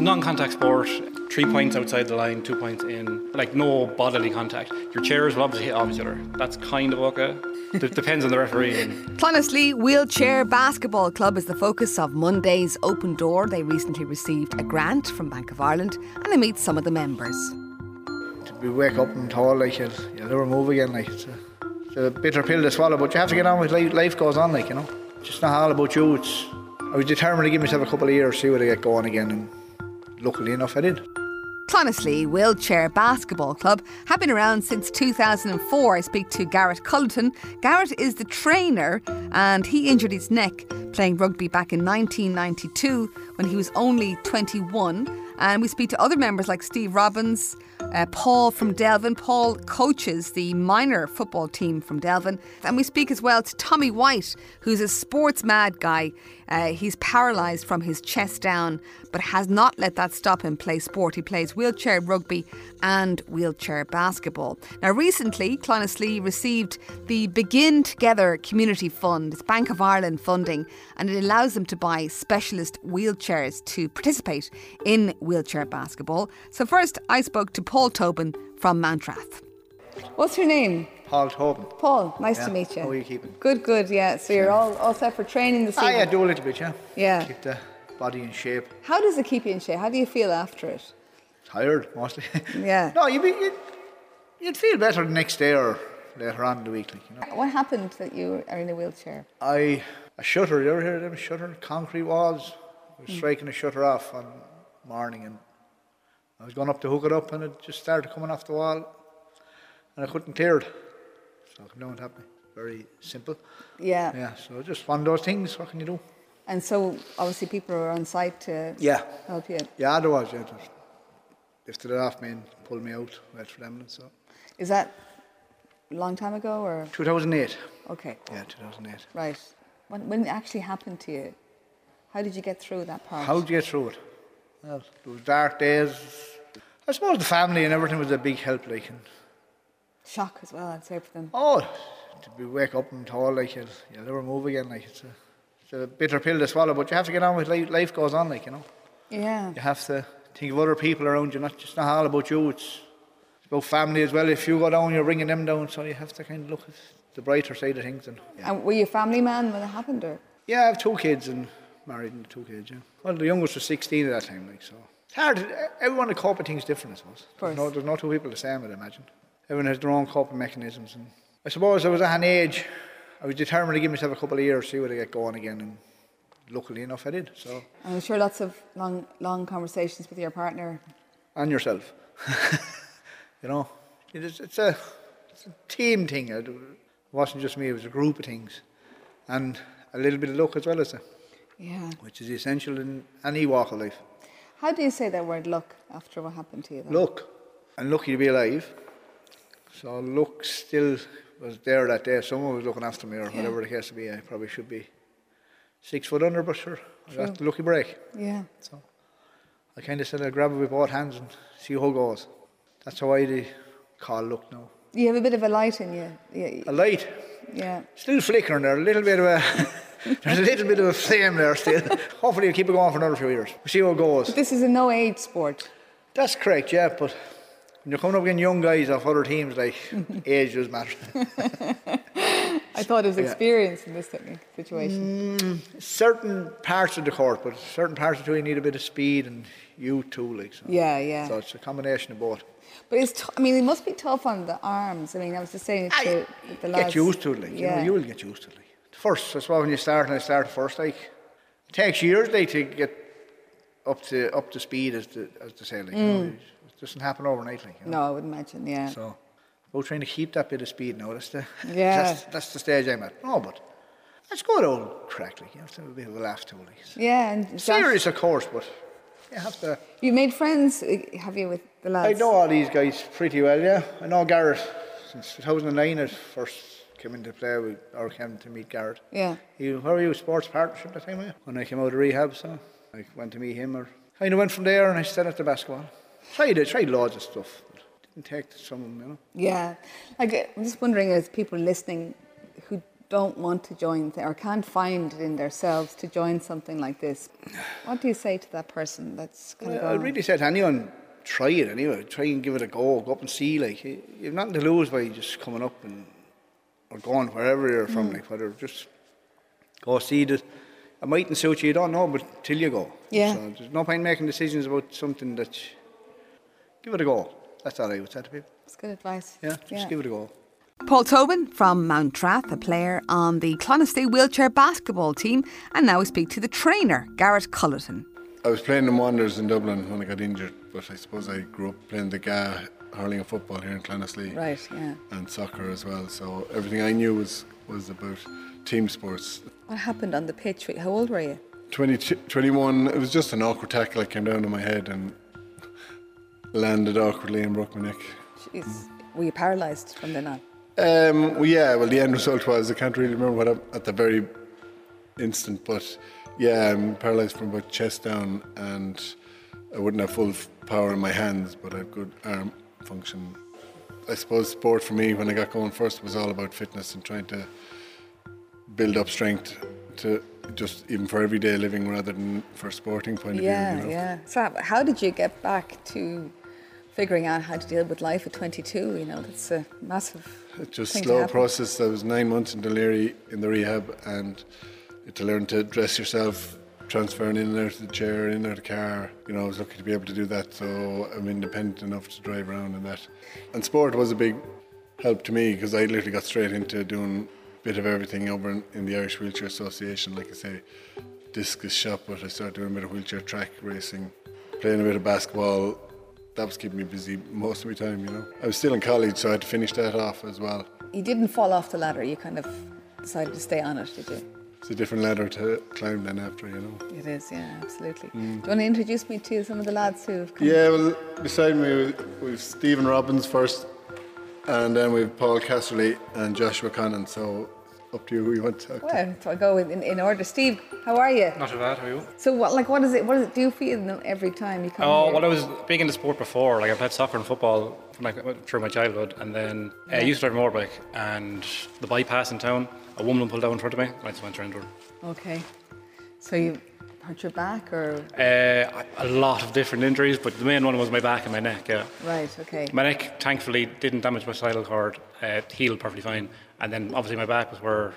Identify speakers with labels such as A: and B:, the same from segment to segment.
A: non-contact sport, three points outside the line, two points in, like no bodily contact. Your chairs will obviously hit off each other. That's kind of okay. D- depends on the referee.
B: Clonaslee Wheelchair Basketball Club is the focus of Monday's Open Door. They recently received a grant from Bank of Ireland and they meet some of the members.
C: We wake up and tall like you'll, you'll never move again. Like it's a, it's a bitter pill to swallow, but you have to get on with life. Life goes on, like you know. It's just not all about you. It's I was determined to give myself a couple of years, see where I get going again, and luckily enough, I did.
B: Clonaslee Wheelchair Basketball Club have been around since 2004. I speak to Garrett Culleton. Garrett is the trainer and he injured his neck playing rugby back in 1992 when he was only 21. And we speak to other members like Steve Robbins, uh, Paul from Delvin. Paul coaches the minor football team from Delvin. And we speak as well to Tommy White, who's a sports mad guy. Uh, he's paralysed from his chest down, but has not let that stop him play sport. He plays wheelchair rugby and wheelchair basketball. Now, recently, Clonaslee received the Begin Together Community Fund. It's Bank of Ireland funding, and it allows them to buy specialist wheelchairs to participate in wheelchair basketball. So, first, I spoke to Paul Tobin from Mantrath. What's your name?
C: Paul Tobin.
B: Paul, nice
C: Yeah.
B: to meet you.
C: How are you keeping?
B: Good, good, yeah. So you're all, all set for training this
C: I
B: evening.
C: Ah, yeah, do a little bit, yeah.
B: Yeah.
C: Keep the body in shape.
B: How does it keep you in shape? How do you feel after it?
C: Tired mostly.
B: Yeah.
C: no, you'd be you'd, you'd feel better the next day or later on in the week, like you know.
B: What happened that you are in a wheelchair?
C: I a shutter. You ever hear of them shutter concrete walls? I was striking a shutter off one morning, and I was going up to hook it up, and it just started coming off the wall, and I couldn't clear it. So no one helped me. Very simple.
B: Yeah.
C: Yeah. So just one of those things. What can you do?
B: And so obviously people are on site to
C: Yeah.
B: help you.
C: Yeah. Otherwise, yeah. Just lifted it off me and pulled me out. Wait for them. and So
B: Is that a long time ago or
C: 2008.
B: okay?
C: Yeah, 2008.
B: Right. When, when it actually happened to you, how did you get through that part?
C: How'd you get through it? Well, those dark days. I suppose the family and everything was a big help, like. And,
B: Shock as well, I'd say for them.
C: Oh, to be wake up and tall like you'll, you'll never move again. Like it's a, it's a bitter pill to swallow, but you have to get on with life. Life goes on, like you know.
B: Yeah.
C: You have to think of other people around you. Not just not all about you. It's, it's about family as well. If you go down, you're bringing them down. So you have to kind of look at the brighter side of things. And yeah,
B: And were you a family man when it happened, or
C: I have two kids and married and two kids. Yeah. Well, the youngest was 16 at that time. Like so, it's hard. Everyone to cope with things different, I suppose.
B: course.
C: There's no, there's no two people the same, I'd imagine. Everyone has their own coping mechanisms. And I suppose I was at an age, I was determined to give myself a couple of years, see where I get going again. And luckily enough, I did. So,
B: I'm sure lots of long, long conversations with your partner.
C: and yourself. you know, it is, it's, a, it's a team thing. It wasn't just me, it was a group of things. And a little bit of luck as well as that,
B: Yeah.
C: which is essential in any walk of life.
B: How do you say that word luck after what happened to you? Then?
C: Look, and lucky to be alive. So luck still was there that day. Someone was looking after me, or whatever the case may be. I probably should be six foot under, but sure, I got the lucky break.
B: Yeah.
C: So I kind of said I'll grab it with both hands and see how it goes. That's how I do call luck now.
B: You have a bit of a light in you. Yeah.
C: A light
B: yeah.
C: still flickering there. A little bit of a there's a little bit of a flame there still. Hopefully, it'll keep it going for another few years. We'll see how it goes.
B: This is a no age sport.
C: That's correct, yeah, but when you're coming up against young guys off other teams, like, age does matter.
B: I thought it was
C: Yeah. Mm.
B: experience in this technique situation.
C: certain parts of the court, but certain parts of the you need a bit of speed and you too, like, so.
B: Yeah, yeah.
C: So it's a combination of both.
B: But it's, t- I mean, it must be tough on the arms. I mean, I was just saying it to the lads.
C: Get used to it, like, you
B: Yeah.
C: know, you will get used to it. Like. The First, that's why when you start, and I start first, like, it takes years, like, to get up to up to speed, as the, as they say, like, you know, it doesn't happen overnight, like, you know.
B: Mm. No, I would imagine, yeah.
C: So we're trying to keep that bit of speed now. That's the
B: Yeah.
C: that's, that's the stage I'm at. No, but that's good old crack. Like, you have to have a bit of a laugh to it. Like. It's
B: yeah, and Josh,
C: Serious, of course, but you have to.
B: you made friends, eh, have you, with the lads?
C: I know all these guys pretty well. Yeah, I know Garrett since 2009. I first came into play with, or came to meet Garrett.
B: Yeah.
C: You, where were you? Sports partnership that time, were you? When I came out of rehab, so I went to meet him, or kind of went from there, and I stayed at the basketball. Tried it, tried loads of stuff. But didn't take to some of them, you know.
B: uh, Yeah. Like, eh, I'm just wondering, as people listening who don't want to join th- or can't find it in themselves to join something like this, what do you say to that person that's kind
C: I I
B: of going,
C: really said to anyone, try it anyway. Try and give it a go. Go up and see. Like you- you've nothing to lose by just coming up and or going wherever you're from. Like whether just go see it. It mightn't suit you. You don't know, but till you go.
B: Yeah.
C: So there's no point making decisions about something that. you- give it a go. That's all I would say to people.
B: it's good advice?
C: Yeah, just give it a go.
B: Paul Tobin from Mount Traff, a player on the Clonestay wheelchair basketball team, and now we speak to the trainer, Garrett Cullerton.
D: I was playing in Wanderers in Dublin when I got injured, but I suppose I grew up playing the GA hurling and football here in Clonaslee.
B: Right, yeah.
D: And soccer as well. So everything I knew was, was about team sports.
B: What happened on the pitch? How old were you?
D: 20, 21, it was just an awkward tackle that came down on my head and landed awkwardly and broke my neck.
B: Jeez, were you paralysed from then on?
D: Um, well, yeah, well, the end result was, I can't really remember what I, at the very instant, but yeah, I'm paralysed from about chest down and I wouldn't have full f- power in my hands, but I have good arm function. I suppose sport for me when I got going first was all about fitness and trying to build up strength to just even for everyday living rather than for a sporting point of
B: Yeah,
D: view. You know?
B: yeah. So, how did you get back to figuring out how to deal with life at 22? You know, that's a massive.
D: just
B: thing to
D: slow
B: happen.
D: process. I was nine months in Deliri in the rehab, and to learn to dress yourself, transferring in and out of the chair, in and out of the car. You know, I was lucky to be able to do that, so I'm independent enough to drive around and that. And sport was a big help to me because I literally got straight into doing a bit of everything over in, in the Irish Wheelchair Association, like I say, discus shot, but I started doing a bit of wheelchair track racing, playing a bit of basketball, that was keeping me busy most of my time, you know. I was still in college, so I had to finish that off as well.
B: You didn't fall off the ladder. You kind of decided to stay on it, did you?
D: It's a different ladder to climb than after, you know.
B: It is, yeah, absolutely.
D: Mm.
B: Do you want to introduce me to some of the lads who've come?
D: Yeah, well, beside me, we've Stephen Robbins first, and then we've Paul Casterly and Joshua Connan. So up to you who you want to talk to.
B: Well, so I go in, in, in order. Steve, how are you?
A: Not too bad, how are you?
B: So, what, like, what does it, what does it do for you no- every time you come?
A: Oh,
B: here?
A: well, I was big into sport before. Like I played soccer and football from like through my childhood, and then uh, I used to drive a motorbike. And the bypass in town, a woman pulled out in front of me, and I just went around her.
B: Okay. So you hurt your back, or
A: Uh, a lot of different injuries, but the main one was my back and my neck. Yeah,
B: right? Okay.
A: my neck thankfully didn't damage my spinal cord; uh, it healed perfectly fine. And then obviously my back was where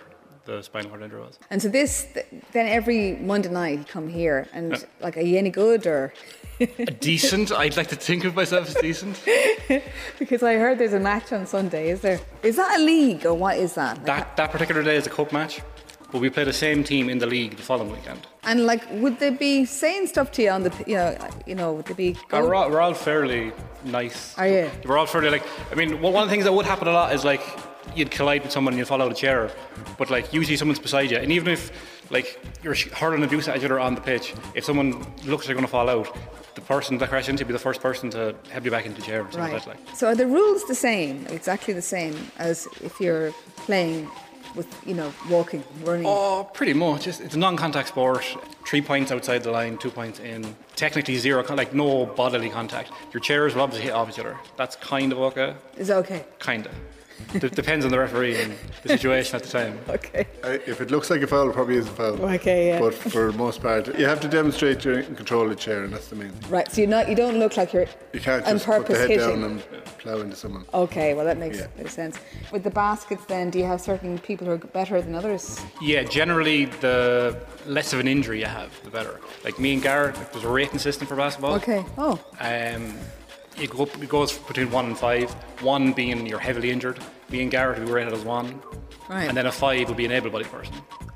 A: the spinal cord injury was.
B: And so this, th- then every Monday night you come here, and like, are you any good, or?
A: decent. I'd like to think of myself as decent.
B: Because I heard there's a match on Sunday. Is there? Is that a league, or what is that? Like,
A: That that particular day is a cup match, but we play the same team in the league the following weekend.
B: And like, would they be saying stuff to you on the, p- you know, you know, would they be?
A: Uh,
B: go-
A: we're, all, we're all fairly nice.
B: Are you?
A: We're all fairly like. I mean, well, one of the things that would happen a lot is like you'd collide with someone and you'd fall out of the chair, but like usually someone's beside you, and even if like you're sh- hurling abuse at each other on the pitch, if someone looks like they're going to fall out, the person that crashed into you would be the first person to help you back into the chair. Or something
B: Right.
A: like that, like.
B: So are the rules the same, exactly the same as if you're playing with, you know, walking, running?
A: Oh, pretty much. It's, it's a non-contact sport. Three points outside the line, two points in. Technically zero, con- like no bodily contact. Your chairs will obviously hit off each other. That's kind of okay.
B: Is that okay?
A: Kinda. D- depends on the referee and the situation at the time.
B: Okay.
D: I, if it looks like a foul, it probably is a foul.
B: Okay, yeah.
D: But for the most part, you have to demonstrate you're in control of the chair, and that's the main thing.
B: Right. So you're not. You don't look like you're
D: You can't
B: on
D: just put the
B: purpose
D: head
B: hitting. Oh.
D: down and plough into someone.
B: Okay, well that makes
D: Yeah.
B: a bit of sense. With the baskets, then, do you have certain people who are better than others?
A: Yeah, generally the less of an injury you have, the better. Like me and Garrett, like, there's a rating system for basketball.
B: Okay. Oh,
A: Um, it, go, it goes between one and five. One being you're heavily injured. Me and Garrett, we were rated as one.
B: Right.
A: And then a five would be an able-bodied person.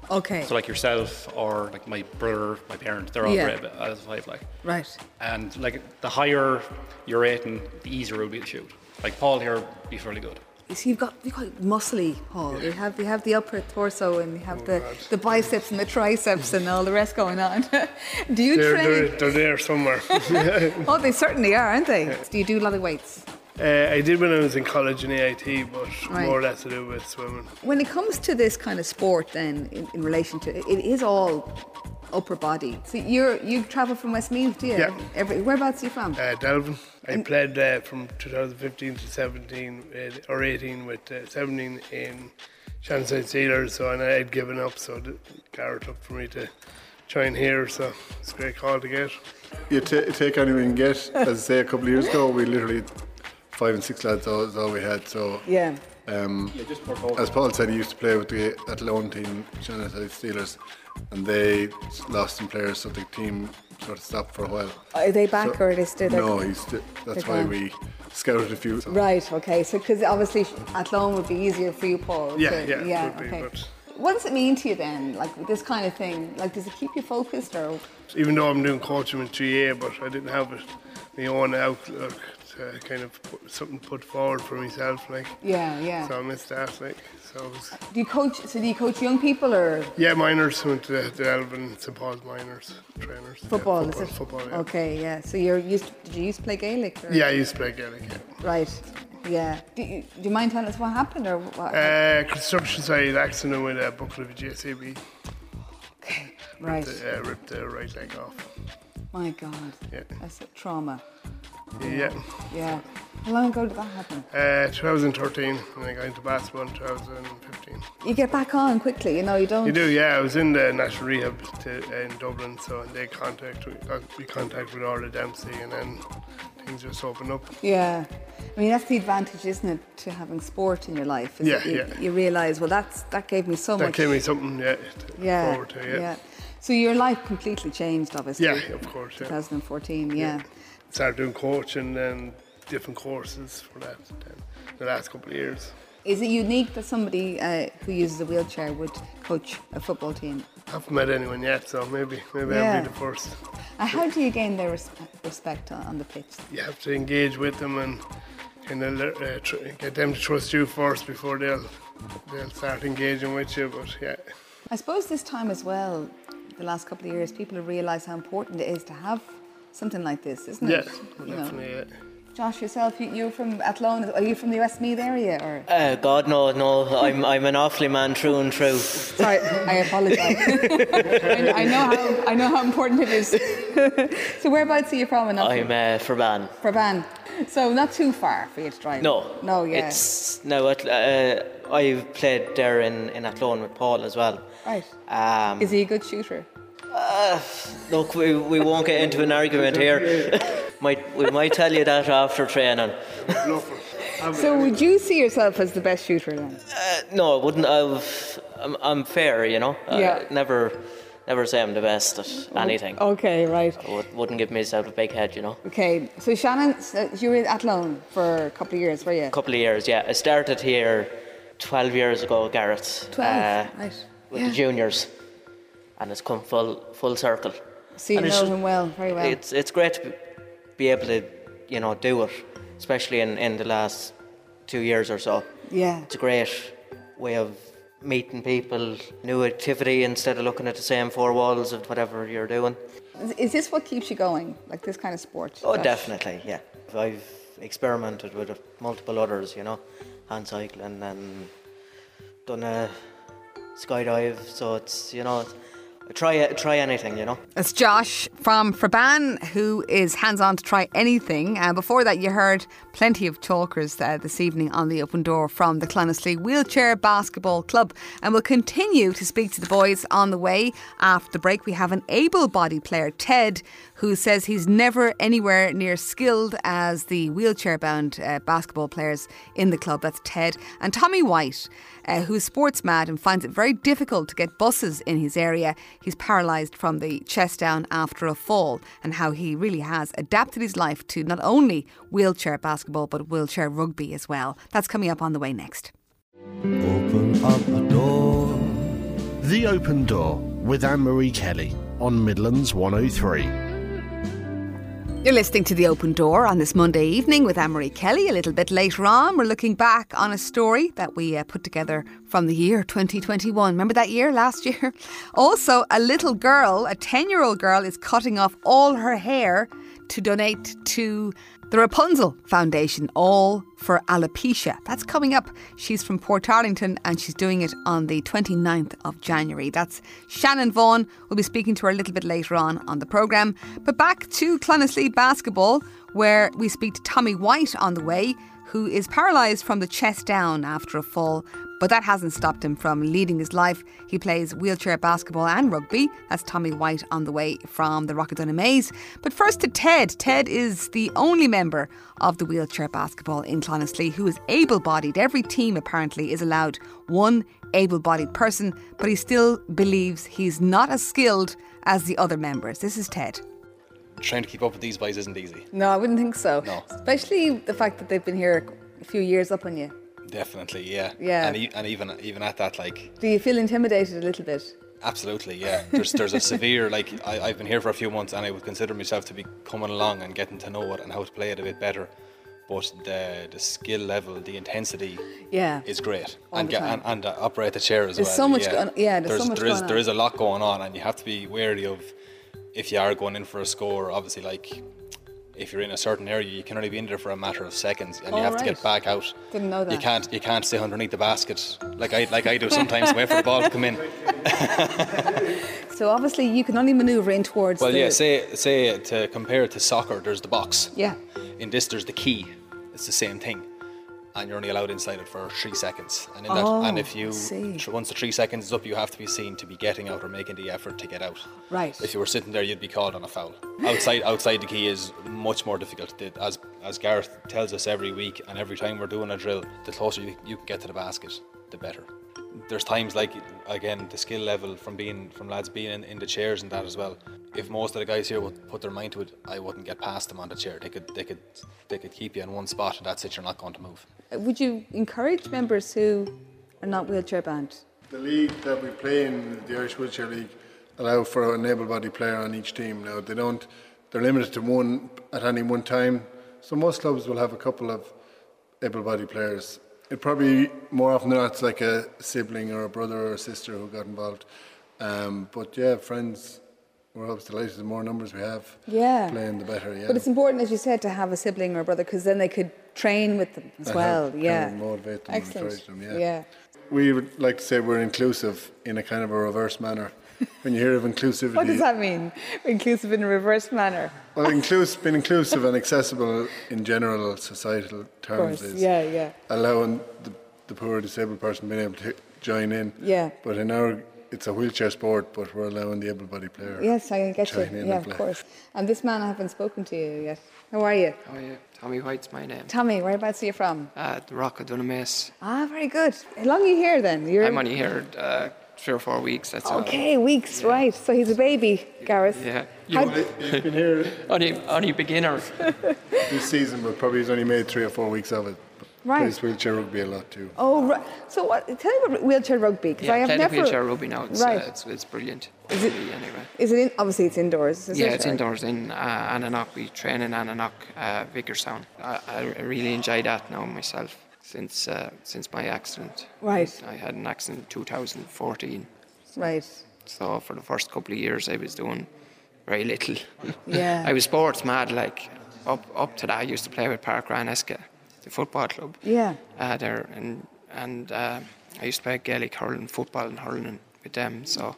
B: okay.
A: So like yourself or like my brother, my parents, they're all
B: Yeah.
A: great as five like.
B: right.
A: And like the higher your rating, the easier it will be to shoot. Like Paul here would be fairly good.
B: You see, you've got you've got muscly, Paul. You have you have the upper torso and you have
A: Oh,
B: the, the biceps and the triceps and all the rest going on. do you
E: They're,
B: train?
E: they're, they're there somewhere.
B: Oh, they certainly are, aren't they? Do you do a lot of weights?
E: uh, I did when I was in college in AIT, but
B: Right.
E: more or less to do with swimming.
B: When it comes to this kind of sport, then in, in relation to it is all upper body. So you're you travel from Westmeath, do you?
E: Yeah.
B: Every, whereabouts are you from?
E: Uh, Delvin, I played uh, from 2015 to 17 with, or 18 with uh, 17 uh, in Shannon Steelers, so and I'd given up. So the Garrett up for me to try and hear. So it's a great call to get.
D: You ta take anyone you can get. As I say, a couple of years ago, we literally five and six lads all- is all we had. So
F: Yeah.
D: Um, as Paul said, he used to play with the Athlone team, Shannon Steelers, and they lost some players, so the team sort of stopped for a while.
F: Are they back
D: So-
F: or are they still there?
D: No, he's sti- that's
F: They're
D: why
F: gone.
D: we scouted a few. So
F: Right, okay. So, because obviously at loan would be easier for you, Paul.
E: Yeah,
F: to-
E: yeah, it would be, but-
F: What does it mean to you then, like with this kind of thing? Like, does it keep you focused or?
E: even though I'm doing coaching in 3A, but I didn't have it, my own outlook to kind of put, something put forward for myself, like.
F: Yeah, yeah.
E: So I missed that, like. So it was,
F: Do you coach? So do you coach young people or
E: yeah, minors went to the, the Elvin St Paul's minors trainers. Yeah,
F: football?
E: football,
F: is it?
E: Football, yeah.
F: Okay, yeah. So you're used. To, did you used to play Gaelic? Or?
E: Yeah, I used to play Gaelic. yeah.
F: Right. Yeah. Do you, do you mind telling us what happened or what?
E: Uh, construction side accident with a buckle of a JCB.
F: okay. Right.
E: The, uh, ripped the right leg off.
F: My God.
E: Yeah.
F: That's a trauma.
E: Yeah.
F: Yeah. How long ago did that happen?
E: Uh, 2013, and I got into basketball in 2015.
F: You get back on quickly. You know you don't.
E: You do, yeah. I was in the national rehab to, in Dublin, so they contact we got we contact with Orla Dempsey, and then things just opened up.
F: Yeah. I mean, that's the advantage, isn't it, to having sport in your life? is
E: Yeah,
F: that you,
E: yeah.
F: You realise, well, that's that gave me so
E: That
F: much.
E: gave me something, yeah, to
F: yeah,
E: forward to, yeah.
F: So your life completely changed, obviously.
E: Yeah, of course, yeah.
F: 2014, yeah.
E: Started doing coaching and different courses for that. Then the last couple of years,
F: Is it unique that somebody uh, who uses a wheelchair would coach a football team?
E: haven't met anyone yet, so maybe maybe
F: Yeah.
E: I'll be the first.
F: Uh, how do you gain their res- respect on, on the pitch?
E: You have to engage with them and kind of le- uh, tr- get them to trust you first before they'll they'll start engaging with you. But yeah.
F: I suppose this time as well, the last couple of years, people have realised how important it is to have something like this, isn't
E: Yeah,
F: it? You know.
E: definitely. Yeah.
F: Josh, yourself, you, you're from Athlone. Are you from the Westmeath area? Or
G: Uh, God, no, no. I'm, I'm an awfully man through and through.
F: sorry, I apologise. I, I know how I know how important it is. so whereabouts are you from? And
G: I'm uh, Verban.
F: Brabant. So not too far for you to drive.
G: No.
F: No, yeah.
G: It's, no, it, uh, I played there in, in Athlone with Paul as well.
F: Right.
G: Um,
F: Is he a good shooter?
G: look, we, we won't get into an argument here. might, we might tell you that after training.
F: So would you see yourself as the best shooter then?
G: Uh, no, I wouldn't. I've, I'm, I'm fair, you know.
F: Yeah. Oh.
G: I never, never say I'm the best at anything.
F: Okay, right.
G: Would, wouldn't give myself a big head, you know.
F: Okay. So Shannon, so you were in Athlone for a couple of years, were you?
G: A couple of years, yeah. I started here 12 years ago, Garrett.
F: Twelve.
G: uh,
F: right.
G: with the juniors, and it's come full full circle.
F: So you
G: and it's
F: know
G: just-
F: him well, very well.
G: It's it's great to be able to you know do it, especially in, in the last two years or so.
F: Yeah.
G: It's a great way of meeting people, new activity instead of looking at the same four walls of whatever you're doing.
F: Is- Is this what keeps you going, like this kind of sport?
G: Oh,
F: Josh?
G: definitely, yeah. I've experimented with multiple others, you know, hand cycling and done a skydive. So it's you know, try try anything, you know.
B: It's Josh from Fraban who is hands on to try anything. Uh, before that, you heard plenty of talkers uh, this evening on the open door from the Clonaslee Wheelchair Basketball Club. And we'll continue to speak to the boys on the way. After the break, we have an able bodied player, Ted, who says he's never anywhere near skilled uh, as the wheelchair bound uh, basketball players in the club. That's Ted. And Tommy White, uh, who's sports mad and finds it very difficult to get buses in his area. He's paralysed from the chest down after a fall, and how he really has adapted his life to not only wheelchair basketball, but wheelchair rugby as well. That's coming up on the way next.
H: Open up the door. The Open Door with Anne Marie Kelly on Midlands 103.
B: You're listening to The Open Door on this Monday evening with Anne-Marie Kelly. A little bit later on, we're looking back on a story that we uh, put together from the year 2021. Remember that year, last year? Also, a little girl, a 10-year-old girl, is cutting off all her hair to donate to the Rapunzel Foundation, all for alopecia. That's coming up. She's from Port Arlington and she's doing it on the 29th of January. That's Shannon Vaughan. We'll be speaking to her a little bit later on on the programme. But back to Clonaslee basketball, where we speak to Tommy White on the way, who is paralysed from the chest down after a fall,
I: But that hasn't stopped him from leading his life. He plays wheelchair basketball and rugby. That's Tommy White on the way from the Rockadonna Maze. But first to Ted. Ted is the only member of the wheelchair basketball in Clonaslee who is able bodied. Every team apparently is allowed one able bodied person, but he still believes he's not as skilled as the other members. This is Ted.
A: Trying to keep up with these boys isn't easy.
B: No, I wouldn't think so.
A: No.
B: Especially the fact that they've been here a few years up on you.
A: Definitely, yeah.
B: Yeah.
A: And, e- and even even at that, like,
B: Do you feel intimidated a little bit?
A: absolutely, yeah. There's there's a severe like I, I've been here for a few months, and I would consider myself to be coming along and getting to know it and how to play it a bit better. But the the skill level, the intensity,
B: Yeah.
A: is great,
B: All
A: and
B: the
A: get,
B: time.
A: and and to operate the chair as
B: There's
A: well.
B: so much going- yeah, there's so much
A: there is-
B: going
A: there
B: on.
A: is a lot going on, and you have to be wary of if you are going in for a score. Obviously, like if you're in a certain area, you can only be in there for a matter of seconds, and
B: All
A: you have to
B: right.
A: get back out.
B: Didn't know
A: You
B: that.
A: can't you can't sit underneath the basket like I like I do sometimes. wait for the ball to come in.
B: So obviously you can only maneuver in towards
A: Well,
B: the,
A: yeah. Say say to compare it to soccer, there's the box.
B: Yeah.
A: In this, there's the key. It's the same thing, and you're only allowed inside it for three seconds. And in
B: Oh,
A: that, and if you
B: see.
A: tr- once the three seconds is up, you have to be seen to be getting out or making the effort to get out.
B: Right.
A: If you were sitting there, you'd be called on a foul. Outside, outside the key is much more difficult. The- As as Gareth tells us every week, and every time we're doing a drill, the closer you, you can get to the basket, the better. There's times like again the skill level from being from lads being in, in the chairs and that as well. If most of the guys here would put their mind to it, I wouldn't get past them on the chair. They could they could they could keep you in one spot, and that's it. You're not going to move.
B: Would you encourage members who are not wheelchair bound?
D: The league that we play in, the Irish Wheelchair League, allow for an able-bodied player on each team. Now they don't; they're limited to one at any one time. So most clubs will have a couple of able-bodied players. It probably more often than not it's like a sibling or a brother or a sister who got involved. Um, but yeah, friends, we're always delighted. The more numbers we have,
B: Yeah.
D: playing the better. Yeah,
B: But it's important, as you said, to have a sibling or a brother because then they could train with them as
A: Uh-huh.
D: And
B: well.
D: help kind
B: yeah.
D: of motivate them and
B: Excellent.
D: encourage them, yeah.
B: yeah.
D: we would like to say we're inclusive in a kind of a reverse manner. When you hear of inclusivity,
B: What does that mean? Inclusive in a reverse manner.
D: Well, inclus- being inclusive and accessible in general societal terms
B: course,
D: is
B: yeah, yeah.
D: allowing the, the poor disabled person being able to join in.
B: Yeah.
D: But in our, it's a wheelchair sport, but we're allowing the able-bodied player.
B: Yes, I get
D: join in
B: you.
D: and
B: Yeah, of
D: play.
B: course. And this man, I haven't spoken to you yet. How are you?
G: Oh yeah, Tommy White's my name.
B: Tommy, whereabouts are you from?
G: Uh, the Rock of Dunamase.
B: Ah, very good. How long are you here then? You're
G: I'm only here uh, three or four weeks. That's all.
B: Okay, weeks, right. So he's a baby, Gareth.
G: Yeah.
B: How-
D: You've been here
G: Only, only beginner.
D: this season, but probably he's only made three or four weeks of it.
B: Right.
D: Plays wheelchair rugby a lot too.
B: Oh, right. So what? Tell me about wheelchair rugby because
G: yeah,
B: I have
G: play
B: never.
G: the wheelchair rugby now. It's,
B: Right.
G: uh, it's, it's brilliant.
B: Is it-
G: For me anyway.
B: Is it in, obviously it's indoors? Is
G: yeah,
B: it?
G: it's indoors in uh, Ananok. We train in Ananok, uh, Vickersound. I, I really enjoy that now myself since uh, since my accident.
B: Right.
G: I had an accident in 2014.
B: Right.
G: So for the first couple of years, I was doing very little.
B: Yeah.
G: I was sports mad. Like up up to that, I used to play with Park Raneska, the football club.
B: Yeah.
G: Uh, there and and uh, I used to play Gaelic hurling, football and hurling with them. So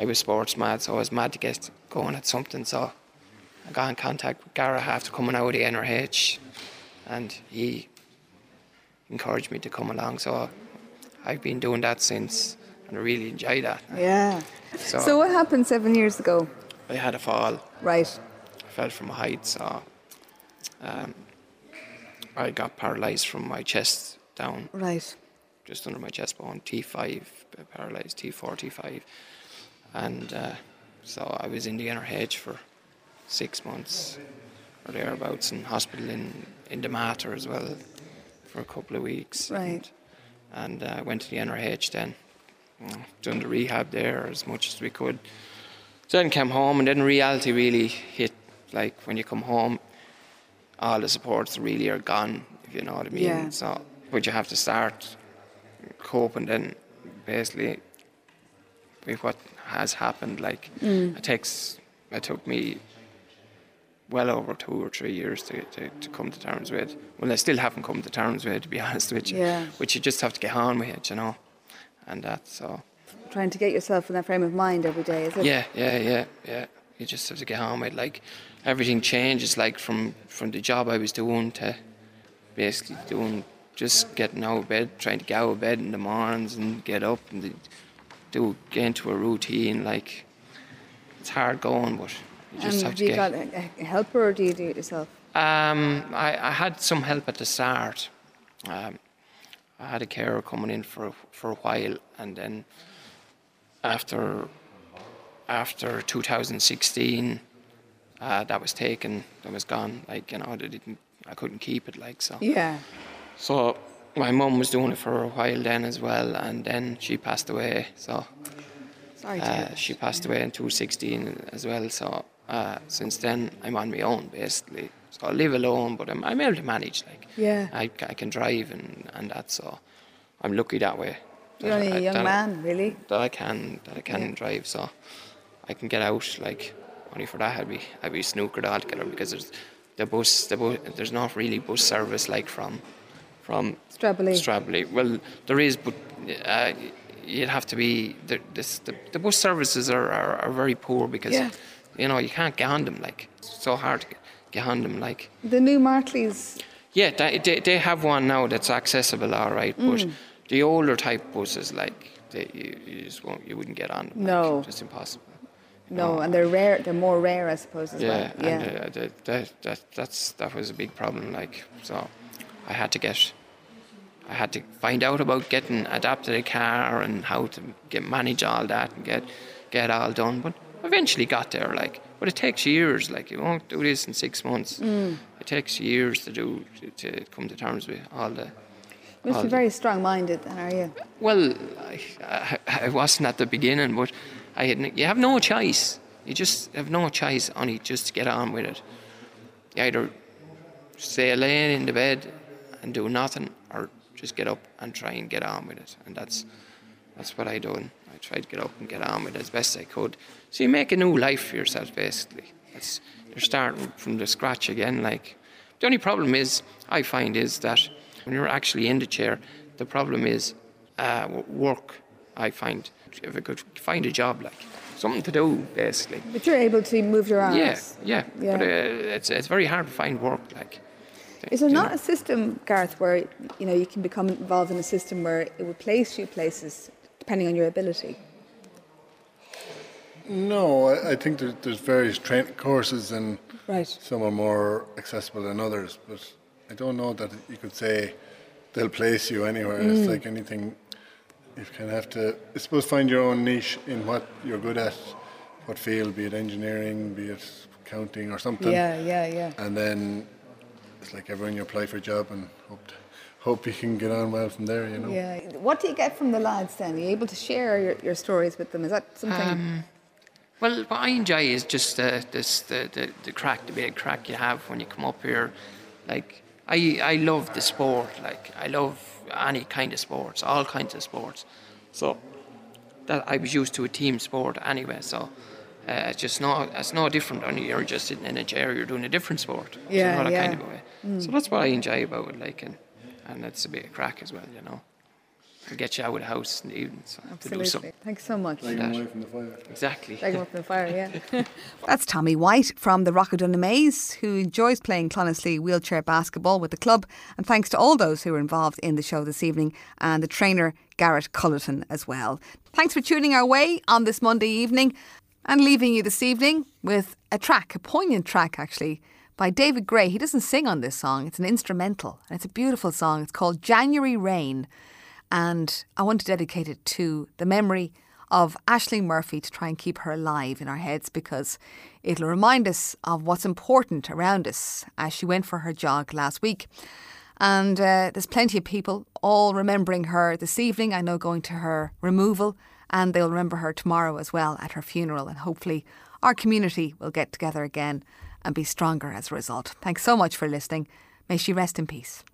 G: I was sports mad. So I was mad to get going at something. So I got in contact with Gara after coming out of the NRH, and he encouraged me to come along. So I've been doing that since, and I really enjoy that.
B: Yeah.
G: So,
B: So what happened seven years ago?
G: I had a fall.
B: Right.
G: I fell from a height, so um, I got paralyzed from my chest down,
B: Right.
G: just under my chest bone, T5, paralyzed, T4, T5. And uh, so I was in the NRH for six months or thereabouts in hospital in, in the matter as well for a couple of weeks.
B: Right.
G: And, and uh, went to the NRH then. Mm, Done the rehab there as much as we could. Then came home, and then reality really hit. Like when you come home, all the supports really are gone, if you know what I mean.
B: Yeah.
G: So, but you have to start coping then, basically, with what has happened. Like it takes, it took me well over two or three years to, to, to come to terms with. Well, I still haven't come to terms with, to be honest with you.
B: Yeah.
G: Which you just have to get on with it, you know, and that. So
B: Trying to get yourself in that frame of mind every day, is it?
G: yeah, yeah, yeah, yeah. You just have to get on with. Like everything changes, like from from the job I was doing to basically doing just getting out of bed, trying to get out of bed in the mornings and get up and the- do get into a routine. Like it's hard going, but you just have
H: and have
G: to
H: you
G: get.
H: got a, a helper or do you do it yourself?
G: Um, I, I had some help at the start. Um, I had a carer coming in for for a while, and then after after 2016, uh, that was taken. That was gone. Like you know, they didn't. I couldn't keep it. Like so.
H: Yeah.
G: So my mum was doing it for a while then as well, and then she passed away. So
H: Sorry to hear
G: uh, she passed away in 2016 as well. So uh, since then, I'm on my own basically. So I live alone, but I'm, I'm able to manage. Like
H: Yeah.
G: I, ca- I can drive and, and that. So I'm lucky that way.
H: You're only
G: I-
H: a young
G: that-
H: man, really.
G: That I can that I can drive. So I can get out. Like only for that, I'd be I'd be snookered altogether because there's the bus the bus, there's not really bus service like from from
H: Strabally.
G: Strably. Well, there is, but uh, you'd have to be the, this, the, the bus services are, are, are very poor because
H: Yeah.
G: you know you can't get on them. Like it's so hard to get, get on them. Like
H: The new Martleys.
G: yeah, they, they, they have one now that's accessible, all right.
H: Mm.
G: But the older type buses, like they, you, you just won't, you wouldn't get on them.
H: No.
G: like, just impossible.
H: No, and they're rare. They're more rare, I suppose, as
G: Oh. Yeah,
H: well. Yeah.
G: and uh, that, that, that that's that was a big problem. Like, so I had to get, I had to find out about getting adapted a car and how to get manage all that and get get all done. But eventually got there. Like, but it takes years. Like, you won't do this in six months.
H: Mm.
G: It takes years to do to, to come to terms with all the.
H: You must
G: all
H: be
G: the-
H: very strong-minded, then, are you?
G: well, I, I, I wasn't at the beginning, but I had, n- you have no choice. You just have no choice only just to get on with it. You either stay laying in the bed and do nothing, or just get up and try and get on with it. And that's that's what I done. I tried to get up and get on with it as best I could. So you make a new life for yourself, basically. That's, you're starting from the scratch again, like the only problem is, I find, is that when you're actually in the chair, the problem is uh, w- work. I find if I could find a job, like something to do, basically.
H: But you're able to move your arms.
G: Yeah, yeah.
H: Yeah.
G: But uh, it's it's very hard to find work, like.
H: Is there not a system, Gareth, where you know you can become involved in a system where it will place you places depending on your ability?
D: No, I, I think there, there's various train courses and
H: Right.
D: some are more accessible than others. But I don't know that you could say they'll place you anywhere.
J: Mm.
D: It's like anything. You kind of have to, I suppose, find your own niche in what you're good at, what field, be it engineering, be it counting or something.
H: Yeah, yeah, yeah.
D: And then it's like everyone you apply for a job and hope to, hope you can get on well from there. You know.
H: Yeah. What do you get from the lads then? Are you able to share your, your stories with them? Is that something?
G: Um, Well, what I enjoy is just the this the, the, the crack, the bit of crack you have when you come up here. Like I I love the sport. Like I love any kind of sports, all kinds of sports. So that I was used to a team sport anyway. So uh, it's just no it's no different. Only you're just sitting in a chair. You're doing a different sport. So
H: Yeah,
G: not a
H: yeah.
G: kind of a way.
H: Mm.
G: So that's what I enjoy about it. Like and and it's a bit of crack as well. You know, It'll get you out of the house in the evening. So To do
H: Absolutely.
G: something.
H: Thanks so much.
G: Like that.
D: from the fire.
G: Exactly.
H: Drag 'em up in the fire, yeah.
B: That's Tommy White from the Rockadonna Maze, who enjoys playing Clonaslee wheelchair basketball with the club. And thanks to all those who were involved in the show this evening and the trainer Garrett Cullerton as well. Thanks for tuning our way on this Monday evening and leaving you this evening with a track, a poignant track actually, by David Gray. He doesn't sing on this song, it's an instrumental and it's a beautiful song. It's called January Rain. And I want to dedicate it to the memory of Ashley Murphy to try and keep her alive in our heads because it'll remind us of what's important around us as she went for her jog last week. And uh, there's plenty of people all remembering her this evening. I know going to her removal, and they'll remember her tomorrow as well at her funeral. And hopefully, our community will get together again and be stronger as a result. Thanks so much for listening. May she rest in peace.